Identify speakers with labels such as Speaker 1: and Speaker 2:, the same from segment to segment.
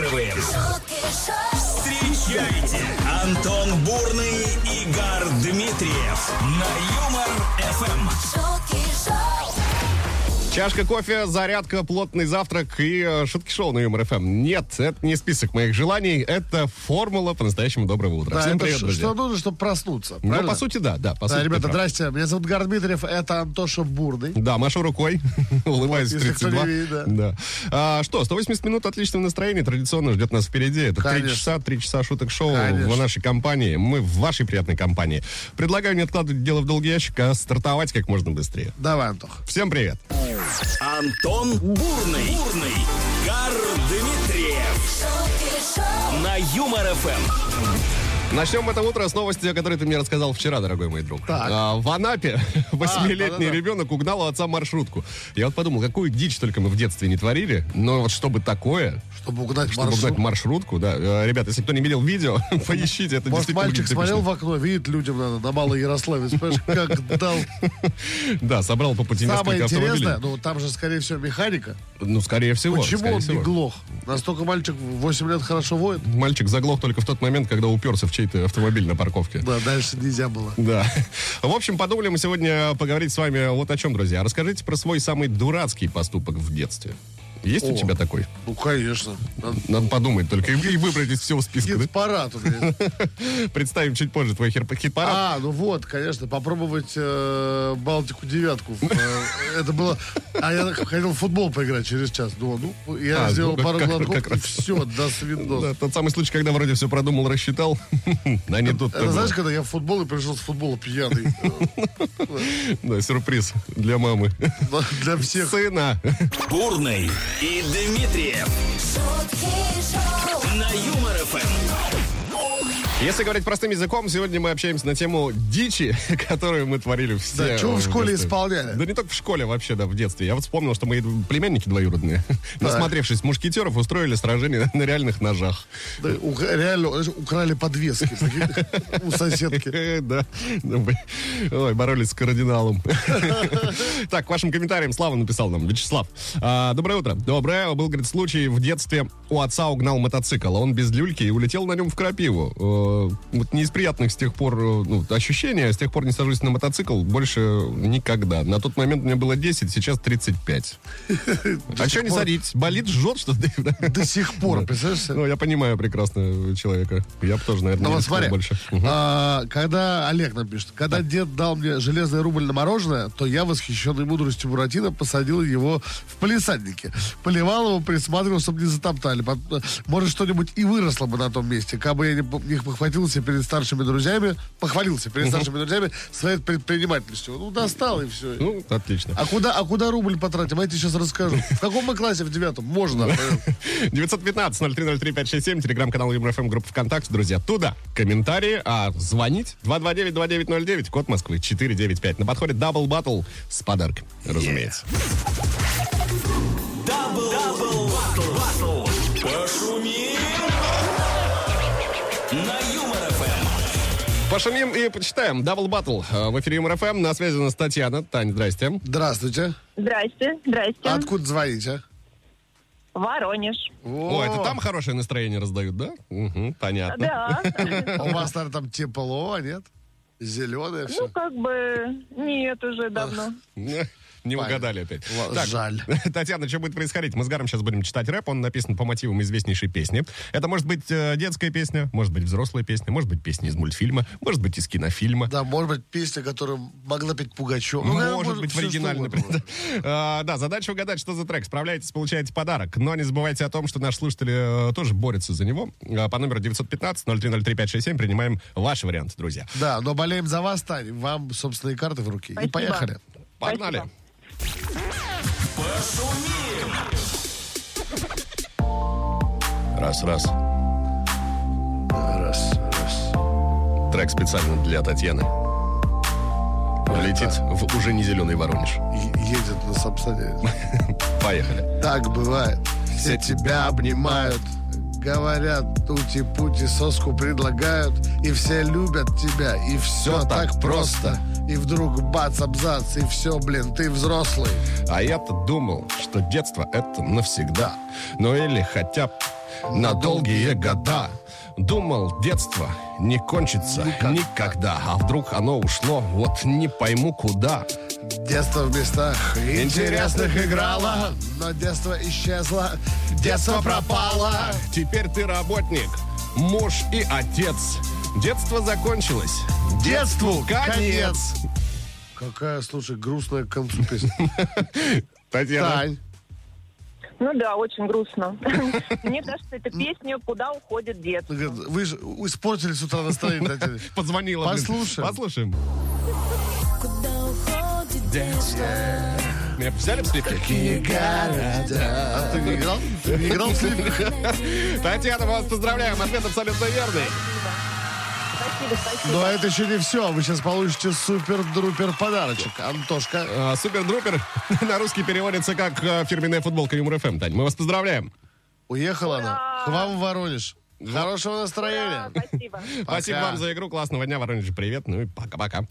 Speaker 1: Эм. слушаем. Встречайте Антон Бурный и Игорь Дмитриев на Юмор Эм. ФМ.
Speaker 2: Чашка кофе, зарядка, плотный завтрак и э, шутки шоу на Юмор ФМ. Нет, это не список моих желаний, это формула по-настоящему доброго утра.
Speaker 3: Да,
Speaker 2: Всем
Speaker 3: это
Speaker 2: привет,
Speaker 3: ш-
Speaker 2: друзья.
Speaker 3: что нужно, чтобы проснуться.
Speaker 2: ну,
Speaker 3: правильно?
Speaker 2: по сути, да, да. По
Speaker 3: Да,
Speaker 2: сути,
Speaker 3: ребята,
Speaker 2: ты прав.
Speaker 3: здрасте. Меня зовут Гар Дмитриев, это Антоша Бурный.
Speaker 2: Да, машу рукой, улыбаюсь
Speaker 3: если кто не
Speaker 2: 32.
Speaker 3: видит, да.
Speaker 2: Да. А, что, 180 минут отличного настроения традиционно ждет нас впереди. Это три
Speaker 3: Конечно.
Speaker 2: часа, три часа шуток шоу
Speaker 3: Конечно.
Speaker 2: в нашей компании. Мы в вашей приятной компании. Предлагаю не откладывать дело в долгий ящик, а стартовать как можно быстрее.
Speaker 3: Давай, Антох.
Speaker 2: Всем привет.
Speaker 1: Антон Бурный. Бурный. Гар Дмитриев. На Юмор Эм. ФМ.
Speaker 2: Начнем в это утро с новости, о которой ты мне рассказал вчера, дорогой мой друг.
Speaker 3: Так.
Speaker 2: А, в Анапе восьмилетний
Speaker 3: да-да-да.
Speaker 2: ребенок угнал у отца маршрутку. Я вот подумал, какую дичь только мы в детстве не творили, но вот чтобы такое,
Speaker 3: Чтобы угнать
Speaker 2: чтобы
Speaker 3: маршрут.
Speaker 2: угнать маршрутку, да. Э, Ребят, если кто не видел видео, поищите, это
Speaker 3: Может,
Speaker 2: действительно
Speaker 3: мальчик
Speaker 2: выглядит
Speaker 3: смотрел в
Speaker 2: эпично.
Speaker 3: окно, видит людям надо на Малой Ярославе. Спрашиваешь, как дал.
Speaker 2: Да, собрал по пути
Speaker 3: Самое
Speaker 2: несколько автомобилей.
Speaker 3: интересное, ну там же, скорее всего, механика.
Speaker 2: Ну, скорее всего,
Speaker 3: Почему
Speaker 2: скорее
Speaker 3: он не
Speaker 2: всего.
Speaker 3: глох? Настолько мальчик в 8 лет хорошо воет?
Speaker 2: Мальчик заглох только в тот момент, когда уперся в чей-то автомобиль на парковке.
Speaker 3: Да, дальше нельзя было.
Speaker 2: Да. В общем, подумали мы сегодня поговорить с вами вот о чем, друзья. Расскажите про свой самый дурацкий поступок в детстве. Есть у
Speaker 3: О.
Speaker 2: тебя такой?
Speaker 3: Ну, конечно. Надо-
Speaker 2: Надо подумать только и, и выбрать из всего списка.
Speaker 3: Нет, парад у меня.
Speaker 2: да? Представим чуть позже твой хер- хит-парад.
Speaker 3: А, ну вот, конечно, попробовать э, Балтику девятку. Э, Это было. А я хотел в футбол поиграть через час. Думал, ну, я
Speaker 2: А,
Speaker 3: сделал
Speaker 2: ну, как-
Speaker 3: пару
Speaker 2: как-
Speaker 3: глотков
Speaker 2: как
Speaker 3: и
Speaker 2: раз.
Speaker 3: все, до свидос.
Speaker 2: Да, тот самый случай, когда вроде все продумал, рассчитал, а не тут
Speaker 3: Это Э, знаешь, когда я в футбол и пришел с футбола пьяный.
Speaker 2: Да, сюрприз для мамы.
Speaker 3: Да, Для всех.
Speaker 2: Сына.
Speaker 1: Бурный и Дмитриев. На Юмор Эм. ФМ.
Speaker 2: Если говорить простым языком, сегодня мы общаемся на тему дичи, которую мы творили все.
Speaker 3: Да, чего в школе
Speaker 2: детстве.
Speaker 3: исполняли?
Speaker 2: Да не только в школе вообще, да, в детстве. Я вот вспомнил, что мои племянники двоюродные, насмотревшись мушкетеров, устроили сражение на реальных ножах.
Speaker 3: Да, у- Реально, знаешь, украли подвески прикинь, у соседки.
Speaker 2: Э, Да. Ну, блин. Ой, боролись с кардиналом. Так, к вашим комментариям Слава написал нам, Вячеслав. А, Доброе утро. Доброе. Был, говорит, случай в детстве у отца угнал мотоцикл, а он без люльки и улетел на нем в крапиву. Э, Вот не из приятных с тех пор э, ну, ощущения, с тех пор не сажусь на мотоцикл больше никогда. На тот момент мне было 10, сейчас 35. А что не
Speaker 3: пор-
Speaker 2: садить? Болит, жжет, что ты? да?
Speaker 3: До сих пор, представляешь? себе?
Speaker 2: Ну, я понимаю прекрасно человека. Я бы тоже, наверное,
Speaker 3: Ну
Speaker 2: не
Speaker 3: вот
Speaker 2: рисковал
Speaker 3: смотри,
Speaker 2: больше.
Speaker 3: а, когда Олег нам пишет, когда дед дал мне железный рубль на мороженое, то я, восхищенный мудростью Буратино, посадил его в палисаднике. Поливал его, присматривал, чтобы не затоптали. Пот- Может, что-нибудь и выросло бы на том месте. Как бы я не, п- не похватился перед старшими друзьями, похвалился перед старшими друзьями своей предпринимательностью. Ну, достал и все.
Speaker 2: Ну, отлично.
Speaker 3: А куда, а куда рубль потратим? А я тебе сейчас расскажу. В каком мы классе? В девятом. Можно. понял?
Speaker 2: 915-0303-567, телеграм-канал ЮморФМ, группа ВКонтакте, друзья. Туда комментарии, а звонить 229-2909, код Москвы 495. На подходе дабл баттл с подарком, разумеется.
Speaker 1: Дабл, дабл, батл, батл. Пошумим. На Юмор Эм. ФМ.
Speaker 2: Пошумим и почитаем. Дабл баттл э, в эфире ЮморФМ. На связи у нас Татьяна. Тань, здрасте.
Speaker 3: Здравствуйте.
Speaker 4: Здрасте, здрасте.
Speaker 3: Откуда звоните?
Speaker 4: Воронеж.
Speaker 2: О, это там хорошее настроение раздают, да? Мгм, понятно.
Speaker 4: Да.
Speaker 3: А У вас, наверное, там тепло, а нет? Зеленое
Speaker 4: Ну,
Speaker 3: все.
Speaker 4: как бы, нет, уже давно.
Speaker 2: Не угадали опять.
Speaker 3: Ла- жаль.
Speaker 2: Татьяна, что будет происходить? Мы с Гаром сейчас будем читать рэп. Он написан по мотивам известнейшей песни. Это может быть э, детская песня, может быть взрослая песня, может быть песня из мультфильма, может быть из кинофильма.
Speaker 3: Да, может быть, песня, которую могла петь Пугачева. Ну, наверное,
Speaker 2: Может, быть, в
Speaker 3: всё, что
Speaker 2: оригинале,
Speaker 3: угодно.
Speaker 2: например. А, Да, задача угадать, что за трек. Справляетесь, получаете подарок. Но не забывайте о том, что наши слушатели э, тоже борются за него. А, По номеру 915-0303-567 принимаем ваш вариант, друзья.
Speaker 3: Да, но болеем за вас, Тань. Вам собственные карты в руки. И
Speaker 4: Спасибо.
Speaker 3: поехали.
Speaker 2: Погнали.
Speaker 4: Спасибо.
Speaker 2: Раз, раз.
Speaker 3: Раз, раз.
Speaker 2: Трек специально для Татьяны. Летит в уже не зеленый Воронеж.
Speaker 3: едет на Сапсане.
Speaker 2: Поехали.
Speaker 3: Так бывает. Все
Speaker 2: Все
Speaker 3: тебя обнимают. Говорят, тути-пути соску предлагают. И все любят тебя. И все
Speaker 2: так
Speaker 3: так просто. И вдруг бац-абзац. И все, блин, ты взрослый.
Speaker 2: А я-то думал, что детство это навсегда. Ну или хотя б на долгие года. Думал, детство не кончится никогда. А вдруг оно ушло, вот не пойму куда.
Speaker 3: Детство в местах интересных
Speaker 2: Интересных
Speaker 3: играло, но детство исчезло, детство пропало.
Speaker 2: Теперь ты работник, муж и отец. Детство закончилось. Детству конец.
Speaker 3: Какая, слушай, грустная к концу песня.
Speaker 2: Татьяна.
Speaker 3: Тань,
Speaker 4: Ну да, очень грустно. Мне кажется, это песня «Куда уходит детство».
Speaker 3: говорит, вы же испортили с утра настроение, Татьяна.
Speaker 2: Позвонила. блин.
Speaker 3: Послушаем.
Speaker 2: Послушаем.
Speaker 5: Куда уходит детство?
Speaker 2: Меня взяли в слепки?
Speaker 3: А ты не играл? Ты не играл в сливках?
Speaker 2: Татьяна, мы вас поздравляем. Ответ абсолютно верный.
Speaker 4: Спасибо, спасибо.
Speaker 3: Но это еще не все. Вы сейчас получите супер-друпер подарочек. Антошка.
Speaker 2: А, Супер-друпер на русский переводится как а, фирменная футболка Юмор ФМ, Тань. Мы вас поздравляем.
Speaker 3: Уехала она.
Speaker 4: Ура!
Speaker 3: К вам в Воронеж. Хорошего настроения.
Speaker 4: Ура, спасибо.
Speaker 2: Спасибо вам за игру. Классного дня, Воронеж. Привет. Ну и пока-пока.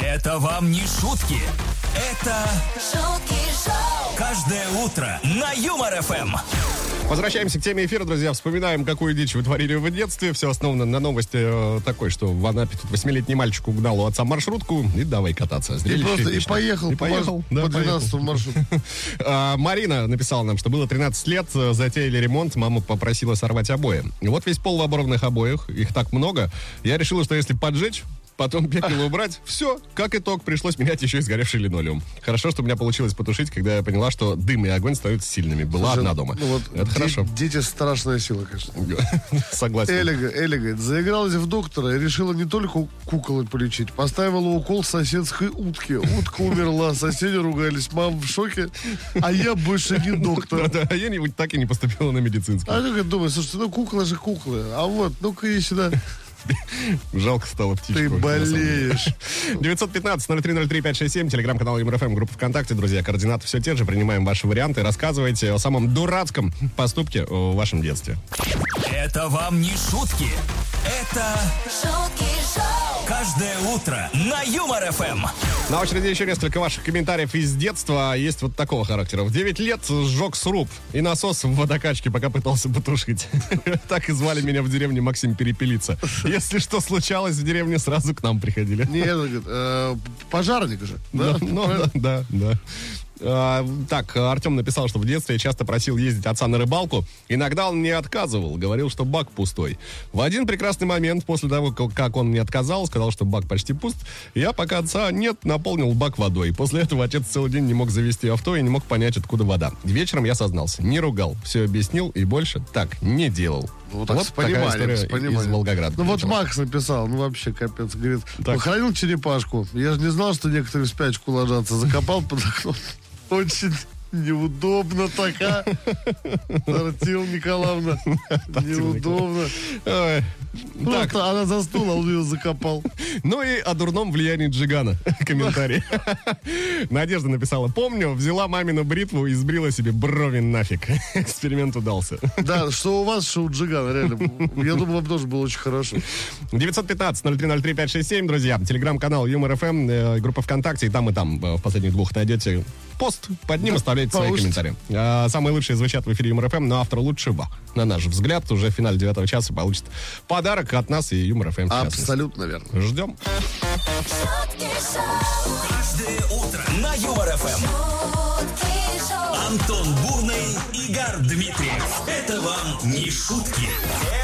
Speaker 1: Это вам не шутки. Это
Speaker 5: Шутки шоу.
Speaker 1: каждое утро на Юмор ФМ.
Speaker 2: Возвращаемся к теме эфира, друзья. Вспоминаем, какую дичь вы творили в детстве. Все основано на новости э, такой, что в Анапе тут восьмилетний мальчик угнал у отца маршрутку и давай кататься.
Speaker 3: И
Speaker 2: Зрелище
Speaker 3: просто и
Speaker 2: эпичное.
Speaker 3: поехал,
Speaker 2: И
Speaker 3: по
Speaker 2: поехал.
Speaker 3: марш-
Speaker 2: да,
Speaker 3: по
Speaker 2: поехал.
Speaker 3: 12 маршруту.
Speaker 2: А, Марина написала нам, что было 13 лет, э, затеяли ремонт, мама попросила сорвать обои. И вот весь пол в оборванных обоях, их так много. Я решила, что если поджечь, потом пепел убрать, все, как итог, пришлось менять еще и сгоревший линолеум. Хорошо, что у меня получилось потушить, когда я поняла, что дым и огонь становятся сильными. Была
Speaker 3: Слушай,
Speaker 2: одна дома.
Speaker 3: ну вот
Speaker 2: Это
Speaker 3: де-
Speaker 2: хорошо.
Speaker 3: Дети страшная сила, конечно.
Speaker 2: Согласен.
Speaker 3: Эля, г- Эля говорит, заигралась в доктора и решила не только куколы полечить, поставила укол соседской утки. Утка умерла, соседи ругались, мама в шоке, а я больше не доктор.
Speaker 2: Да-да, а я не, так и не поступила на медицинский.
Speaker 3: А как думаю, слушай, ну кукла же куклы, а вот, ну-ка и сюда.
Speaker 2: Жалко стало птичку.
Speaker 3: Ты
Speaker 2: на самом деле.
Speaker 3: болеешь.
Speaker 2: 915-0303-567, телеграм-канал ЮморФМ, группа ВКонтакте, друзья, координаты все те же, принимаем ваши варианты, рассказывайте о самом дурацком поступке в вашем детстве.
Speaker 1: Это вам не шутки. Это
Speaker 5: Шутки шоу.
Speaker 1: каждое утро на Юмор ФМ.
Speaker 2: На очереди еще несколько ваших комментариев из детства, есть вот такого характера. В 9 лет сжег сруб и насос в водокачке, пока пытался потушить. Так и звали меня в деревне Максим Перепелица. Если что случалось в деревне, сразу к нам приходили.
Speaker 3: Не, Эля говорит, «Э, пожарник же.
Speaker 2: Да,
Speaker 3: да?
Speaker 2: ну, да, да, да. А, так, Артем написал, что в детстве я часто просил ездить отца на рыбалку. Иногда он мне отказывал, говорил, что бак пустой. В один прекрасный момент, после того, как- как он мне отказал, сказал, что бак почти пуст, я, пока отца нет, наполнил бак водой. После этого отец целый день не мог завести авто и не мог понять, откуда вода. Вечером я сознался, не ругал, все объяснил и больше так не делал.
Speaker 3: Ну, вот так с
Speaker 2: такая
Speaker 3: пониманием,
Speaker 2: история
Speaker 3: с
Speaker 2: из
Speaker 3: пониманием.
Speaker 2: Волгограда.
Speaker 3: Ну вот
Speaker 2: прилетела.
Speaker 3: Макс написал, ну вообще капец, говорит,
Speaker 2: Так.
Speaker 3: похоронил черепашку. Я же не знал, что некоторые в спячку ложатся. Закопал под окном. Очень неудобно такая. Артем Николаевна. Неудобно.
Speaker 2: Ой, так,
Speaker 3: Просто она заснула, а он ее закопал.
Speaker 2: Ну и о дурном влиянии Джигана. Комментарий. Надежда написала. Помню, взяла мамину бритву и сбрила себе брови нафиг. Эксперимент удался.
Speaker 3: Да, что у вас, что у Джигана, реально. Я думаю, вам тоже было очень хорошо.
Speaker 2: 915-0303-567, друзья. Телеграм-канал Юмор ФМ, э, группа ВКонтакте. И там, и там э, в последних двух найдете пост. Под ним оставляйте свои
Speaker 3: положите.
Speaker 2: комментарии. А, Самые лучшие звучат в эфире Юмор ФМ, но автор лучшего, на наш взгляд, уже в финале девятого часа получит подарок от нас и Юмор ФМ. в частности.
Speaker 3: Абсолютно верно.
Speaker 2: Ждем.
Speaker 5: Шутки шоу.
Speaker 1: Каждое утро на Юмор ФМ.
Speaker 5: Шутки шоу.
Speaker 1: Антон Бурный, Игорь Дмитриев. Это вам не шутки.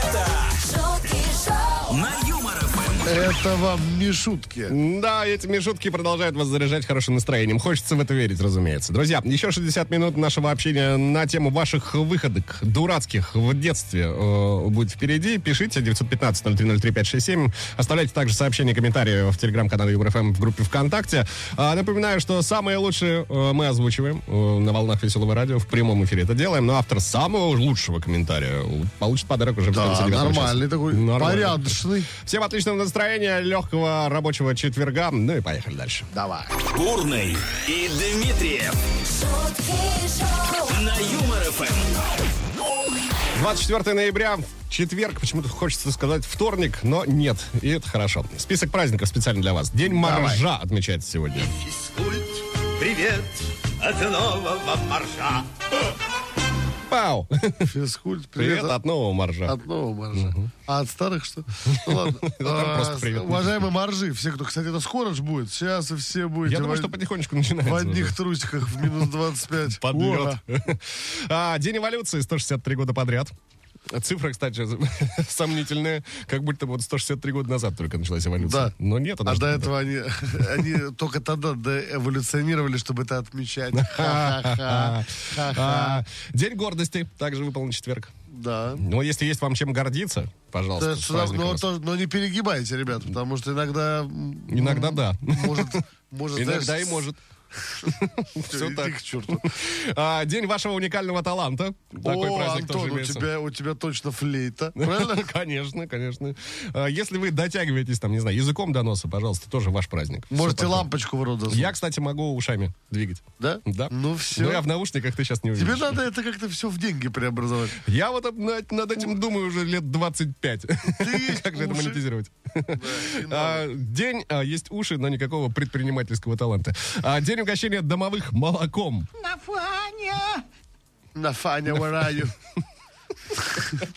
Speaker 1: Это
Speaker 5: Шутки шоу.
Speaker 1: на Юмор ФМ.
Speaker 3: Это вам не шутки.
Speaker 2: Да, эти мишутки продолжают вас заряжать хорошим настроением. Хочется в это верить, разумеется. Друзья, еще 60 минут нашего общения на тему ваших выходок дурацких в детстве э, будет впереди. Пишите 915-0303-567. Оставляйте также сообщения и комментарии в телеграм-канале ЮбРФМ в группе ВКонтакте. А, напоминаю, что самые лучшие э, мы озвучиваем э, на волнах Веселого радио. В прямом эфире это делаем. Но автор самого лучшего комментария э, получит подарок уже в конце
Speaker 3: Да,
Speaker 2: девятого часа.
Speaker 3: нормальный такой,
Speaker 2: Нормальный.
Speaker 3: порядочный.
Speaker 2: Всем отличного настроения, легкого рабочего четверга. Ну и поехали дальше.
Speaker 3: Давай.
Speaker 1: Бурный и Дмитриев
Speaker 5: Шутки шоу.
Speaker 1: на Юмор ФМ.
Speaker 2: 24 ноября, в четверг, почему-то хочется сказать вторник, но нет, и это хорошо. Список праздников специально для вас. День моржа отмечается сегодня.
Speaker 6: Физкульт, привет от нового марша.
Speaker 2: Пау!
Speaker 3: Физкульт. Привет.
Speaker 2: Привет от нового моржа.
Speaker 3: От нового маржа. А от старых что? Ну ладно.
Speaker 2: там просто
Speaker 3: А,
Speaker 2: привет.
Speaker 3: Уважаемые маржи, все, кто, кстати, это скоро ж будет. Сейчас и все будете
Speaker 2: Я думаю,
Speaker 3: в-
Speaker 2: что потихонечку
Speaker 3: в
Speaker 2: начинается. уже.
Speaker 3: одних трусиках в минус 25.
Speaker 2: Под
Speaker 3: Ура.
Speaker 2: лед. А, День эволюции 163 года подряд. Цифра, кстати, сомнительная. Как будто вот 163 года назад только началась эволюция.
Speaker 3: Да.
Speaker 2: Но ну, нет, она
Speaker 3: А
Speaker 2: же-
Speaker 3: до этого они, они только тогда доэволюционировали, чтобы это отмечать.
Speaker 2: А,
Speaker 3: Ха-ха-ха. Ха-ха.
Speaker 2: а, День гордости также выполнен четверг.
Speaker 3: Да.
Speaker 2: Но если есть вам чем гордиться,
Speaker 3: То
Speaker 2: пожалуйста,
Speaker 3: есть
Speaker 2: с
Speaker 3: сюда-
Speaker 2: праздником
Speaker 3: Но
Speaker 2: вас.
Speaker 3: тоже- но не перегибайте, ребят, потому что иногда... м,
Speaker 2: Иногда да.
Speaker 3: Может, может,
Speaker 2: Иногда и
Speaker 3: знаешь,
Speaker 2: может. Все
Speaker 3: иди
Speaker 2: так.
Speaker 3: к черту.
Speaker 2: А, День вашего уникального таланта. Такой
Speaker 3: О,
Speaker 2: праздник тоже
Speaker 3: Антон, у
Speaker 2: имеется.
Speaker 3: тебя, у тебя точно флейта. Правильно?
Speaker 2: Конечно, конечно. А, Если вы дотягиваетесь, там, не знаю, языком до носа, пожалуйста, тоже ваш праздник. Всё
Speaker 3: Можете
Speaker 2: пока.
Speaker 3: лампочку в рот засунуть.
Speaker 2: Я, кстати, могу ушами двигать.
Speaker 3: Да?
Speaker 2: Да.
Speaker 3: Ну все.
Speaker 2: Но я в наушниках, ты сейчас не увидишь.
Speaker 3: Тебе надо это как-то все в деньги преобразовать.
Speaker 2: Я вот об- над, над этим думаю уже лет 25.
Speaker 3: есть
Speaker 2: Как же это
Speaker 3: уши.
Speaker 2: монетизировать?
Speaker 3: и
Speaker 2: А, День, а, есть уши, но никакого предпринимательского таланта. А, День угощения домовых молоком.
Speaker 6: Нафаня!
Speaker 3: На фаня вараю.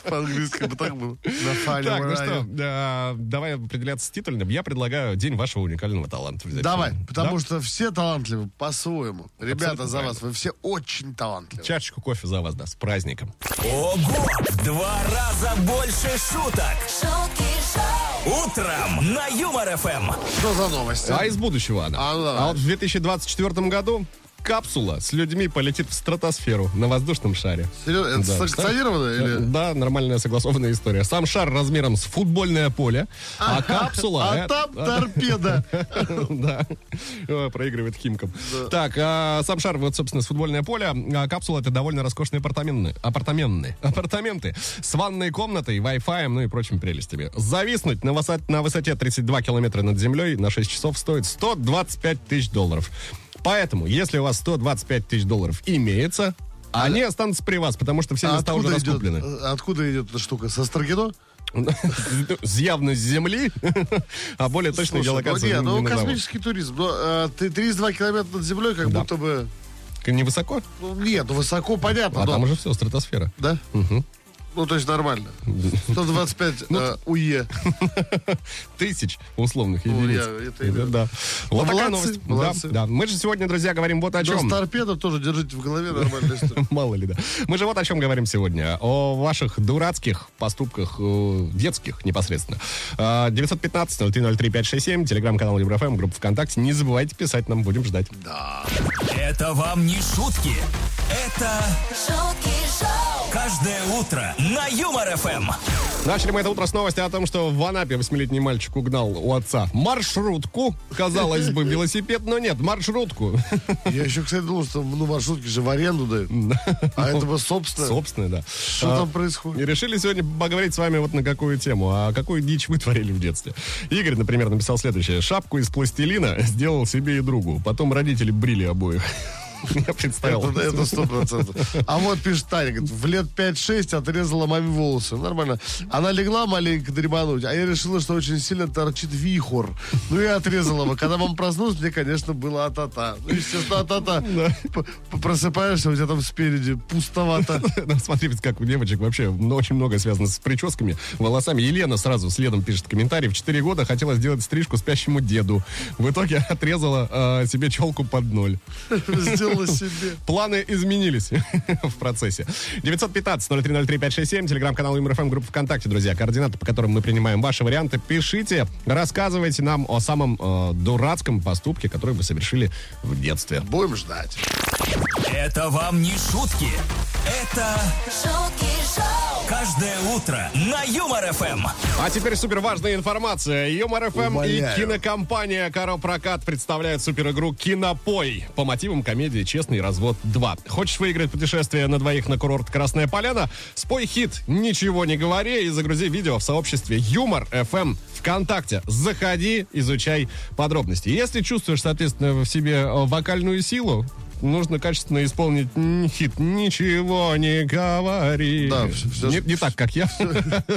Speaker 3: По-английски бы так было. На фаня
Speaker 2: Так, ну что,
Speaker 3: вараю.
Speaker 2: а, давай определяться с титульным. Я предлагаю День вашего уникального таланта. взять.
Speaker 3: Давай, потому
Speaker 2: Да?
Speaker 3: что все талантливы по-своему. Ребята, за
Speaker 2: правильно.
Speaker 3: вас. Вы все очень талантливы.
Speaker 2: Чашечку кофе за вас, да, с праздником.
Speaker 1: Ого! В Два раза больше шуток.
Speaker 5: шутки шоу,
Speaker 1: Утром на Юмор ФМ.
Speaker 3: Что за новости?
Speaker 2: А из будущего она.
Speaker 3: А, ну давай.
Speaker 2: вот в 2024 году капсула с людьми полетит в стратосферу на воздушном шаре.
Speaker 3: Серьезно, это
Speaker 2: Да,
Speaker 3: санкционировано
Speaker 2: Э,
Speaker 3: или...
Speaker 2: Да, нормальная согласованная история. Сам шар размером с футбольное поле, а капсула...
Speaker 3: А
Speaker 2: э,
Speaker 3: там торпеда.
Speaker 2: Да, Э, проигрывает Химкам. Так, а, сам шар, вот, собственно, с футбольное поле, а капсула — это довольно роскошные апартаменты, апартаменты, апартаменты с ванной комнатой, Wi-Fi, ну и прочими прелестями. Зависнуть на, высо- на высоте 32 километра над землей на 6 часов стоит 125 тысяч долларов. Поэтому, если у вас 125 тысяч долларов имеется, они останутся при вас, потому что все
Speaker 3: А
Speaker 2: места уже
Speaker 3: откуда идет,
Speaker 2: раскуплены.
Speaker 3: э, откуда идет эта штука? Со Строгино?
Speaker 2: С- явно с земли, а более точную
Speaker 3: Слушай,
Speaker 2: геолокацию не
Speaker 3: ну, не, ну
Speaker 2: назову.
Speaker 3: космический туризм. но, э, ты 32 километра над землей, как
Speaker 2: Да.
Speaker 3: будто бы...
Speaker 2: Невысоко?
Speaker 3: Ну, нет, ну, высоко, понятно.
Speaker 2: А
Speaker 3: но-
Speaker 2: там уже все, стратосфера.
Speaker 3: Да? Ну, то есть нормально. 125
Speaker 2: Ну,
Speaker 3: э, УЕ.
Speaker 2: Тысяч условных
Speaker 3: Ну,
Speaker 2: единиц.
Speaker 3: я- это
Speaker 2: Это
Speaker 3: именно.
Speaker 2: да. Вот такая
Speaker 3: молодцы,
Speaker 2: новость. Да,
Speaker 3: молодцы.
Speaker 2: да. Мы же сегодня, друзья, говорим вот о
Speaker 3: Но
Speaker 2: чем.
Speaker 3: с торпедо тоже держите в голове нормальная история.
Speaker 2: Мало ли, да. Мы же вот о чем говорим сегодня. О ваших дурацких поступках э, детских непосредственно. Э, 915-0303-567, телеграм-канал Еврофм, группа ВКонтакте. Не забывайте писать нам, будем ждать.
Speaker 1: Это вам не шутки. Это
Speaker 5: шутки шоу,
Speaker 1: каждое утро на Юмор ФМ.
Speaker 2: Начали мы это утро с новости о том, что в Анапе восьмилетний мальчик угнал у отца маршрутку. Казалось бы, велосипед, но нет, маршрутку.
Speaker 3: Я еще, кстати, думал, что ну, маршрутки же в аренду дают. А это бы собственно.
Speaker 2: Собственно, да.
Speaker 3: Что
Speaker 2: А,
Speaker 3: там
Speaker 2: И
Speaker 3: происходит?
Speaker 2: решили сегодня поговорить с вами вот на какую тему. А какую дичь вы творили в детстве? Игорь, например, написал следующее. Шапку из пластилина сделал себе и другу. Потом родители брили обоих. Я представил.
Speaker 3: Это это сто процентов. А вот пишет Таня, говорит, в лет 5-6 отрезала маме волосы. Нормально. Она легла маленько дремануть, а я решила, что очень сильно торчит вихор. Ну и отрезала бы. Когда мама проснулась, мне, конечно, было а-та-та. Ну, естественно, а-та-та. П- п- Просыпаешься, у тебя там спереди пустовато.
Speaker 2: Ну, Смотри, ведь как у девочек вообще ну, очень много связано с прическами, волосами. Елена сразу следом пишет комментарий. В 4 года хотела сделать стрижку спящему деду. В итоге отрезала э, себе челку под ноль.
Speaker 3: Сделала себе.
Speaker 2: Планы изменились в процессе. 915-0303-567, телеграм-канал ЮморФМ, группа ВКонтакте, друзья. Координаты, по которым мы принимаем ваши варианты. Пишите, рассказывайте нам о самом э, дурацком поступке, который вы совершили в детстве.
Speaker 3: Будем ждать.
Speaker 1: Это вам не шутки. Это
Speaker 5: шутки шоу,
Speaker 1: каждое утро на Юмор ФМ.
Speaker 2: А теперь супер важная информация. Юмор ФМ и
Speaker 3: Умоляю.
Speaker 2: кинокомпания Каропрокат представляют суперигру Кинопой по мотивам комедии Честный развод 2. Хочешь выиграть путешествие на двоих на курорт Красная Поляна? Спой хит Ничего не говори и загрузи видео в сообществе Юмор ФМ ВКонтакте. Заходи, изучай подробности. Если чувствуешь, соответственно, в себе э, вокальную силу, нужно качественно исполнить м, хит «Ничего не говори».
Speaker 3: Да, всё- всё-
Speaker 2: не, не так, как я.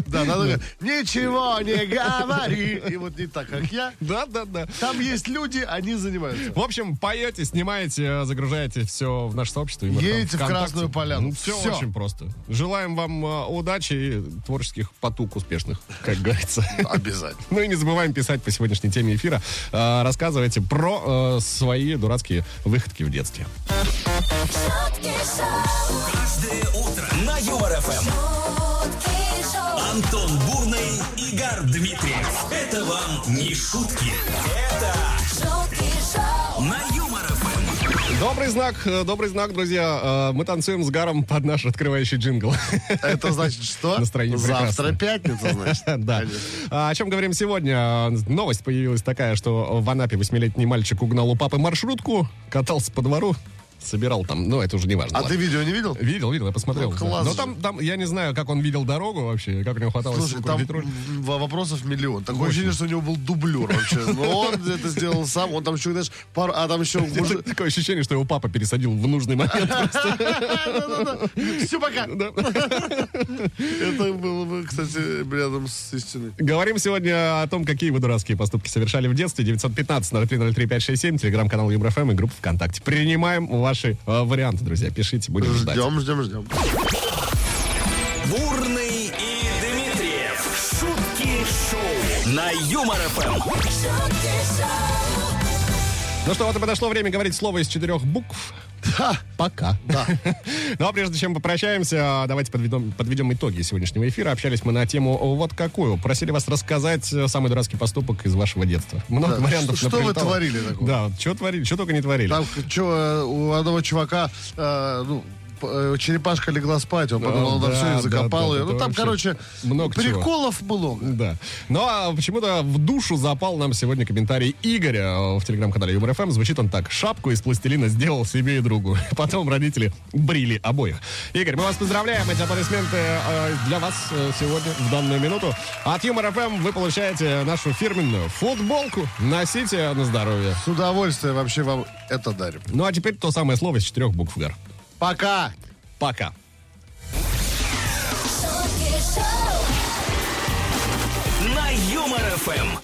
Speaker 3: Да, надо говорить, ничего не говори. И вот не так, как я.
Speaker 2: Да, да, да.
Speaker 3: Там есть люди, они занимаются.
Speaker 2: В общем, поете, снимаете, загружаете все в наше сообщество. и мы
Speaker 3: Едете
Speaker 2: там
Speaker 3: в
Speaker 2: ВКонтакте.
Speaker 3: Красную Поляну.
Speaker 2: Ну, все,
Speaker 3: Всё.
Speaker 2: очень просто. Желаем вам э, удачи и творческих потуг успешных, как говорится.
Speaker 3: Обязательно.
Speaker 2: Ну и не забываем писать по сегодняшней теме эфира. Э, Рассказывайте про э, свои дурацкие выходки в детстве.
Speaker 5: шутки шоу,
Speaker 1: Каждое утро на Юмор ФМ.
Speaker 5: шутки шоу,
Speaker 1: Антон Бурный, Игорь Дмитриев. Это вам не шутки. Это
Speaker 5: шутки шоу,
Speaker 1: на Юмор ФМ.
Speaker 2: Добрый знак, э, добрый знак, друзья. Э, Мы танцуем с Гаром под наш открывающий джингл.
Speaker 3: Это значит, что?
Speaker 2: Настроение
Speaker 3: Завтра пятница, значит.
Speaker 2: Да. А О чем говорим сегодня? Новость появилась такая, что в Анапе восьмилетний мальчик угнал у папы маршрутку, катался по двору, собирал там, ну это уже не важно.
Speaker 3: А ты видео не видел?
Speaker 2: Видел, видел, я посмотрел.
Speaker 3: Ну, класс
Speaker 2: Но
Speaker 3: же.
Speaker 2: там, там, я не знаю, как он видел дорогу вообще, как у него хватало
Speaker 3: Слушай,
Speaker 2: сил
Speaker 3: там
Speaker 2: крутить руль.
Speaker 3: в- вопросов миллион. Такое ощущение, что у него был дублер вообще. Но он это сделал сам. Он там еще, знаешь, пару... А там еще мужик...
Speaker 2: Такое ощущение, что его папа пересадил в нужный момент.
Speaker 3: Все, пока. Это было бы, кстати, рядом с истиной.
Speaker 2: Говорим сегодня о том, какие вы дурацкие поступки совершали в детстве. 915-0303-567, телеграм-канал ЮморФМ и группа ВКонтакте. Принимаем ваши э, варианты, друзья. Пишите, будем ждать.
Speaker 3: Ждем, ждем, ждем.
Speaker 1: Бурный и Дмитриев. Шутки шоу на Юмор ФМ.
Speaker 5: шутки шоу,
Speaker 2: Ну что, вот и подошло время говорить слово из четырех букв. Пока. Ну а прежде чем попрощаемся, давайте подведем, подведем итоги сегодняшнего эфира. Общались мы на тему э, вот какую. Просили вас рассказать э, самый дурацкий поступок из вашего детства. Много
Speaker 3: Да,
Speaker 2: вариантов.
Speaker 3: что- что вы
Speaker 2: наплетало.
Speaker 3: творили такого?
Speaker 2: Да, вот что творили, что только не творили.
Speaker 3: Там чё, э, у одного чувака, э, ну, п- э, черепашка легла спать, он подумал, он
Speaker 2: да,
Speaker 3: на все
Speaker 2: да,
Speaker 3: и закопал
Speaker 2: да,
Speaker 3: ее.
Speaker 2: это
Speaker 3: Ну, там,
Speaker 2: вообще
Speaker 3: короче,
Speaker 2: много чего.
Speaker 3: приколов много.
Speaker 2: Да. Ну а почему-то в душу запал нам сегодня комментарий Игоря э, в телеграм-канале ЮморФМ. Звучит он так. Шапку из пластилина сделал себе и другу. Потом родители брили обоих. Игорь, мы вас поздравляем. Эти аплодисменты э, для вас э, сегодня, в данную минуту. От ЮморФМ вы получаете нашу фирменную футболку. Носите на здоровье.
Speaker 3: С удовольствием вообще вам это дарим.
Speaker 2: Ну а теперь то самое слово из четырех букв ГАР.
Speaker 3: Пока!
Speaker 2: Пока.
Speaker 5: шутки шоу.
Speaker 1: На Юмор ФМ.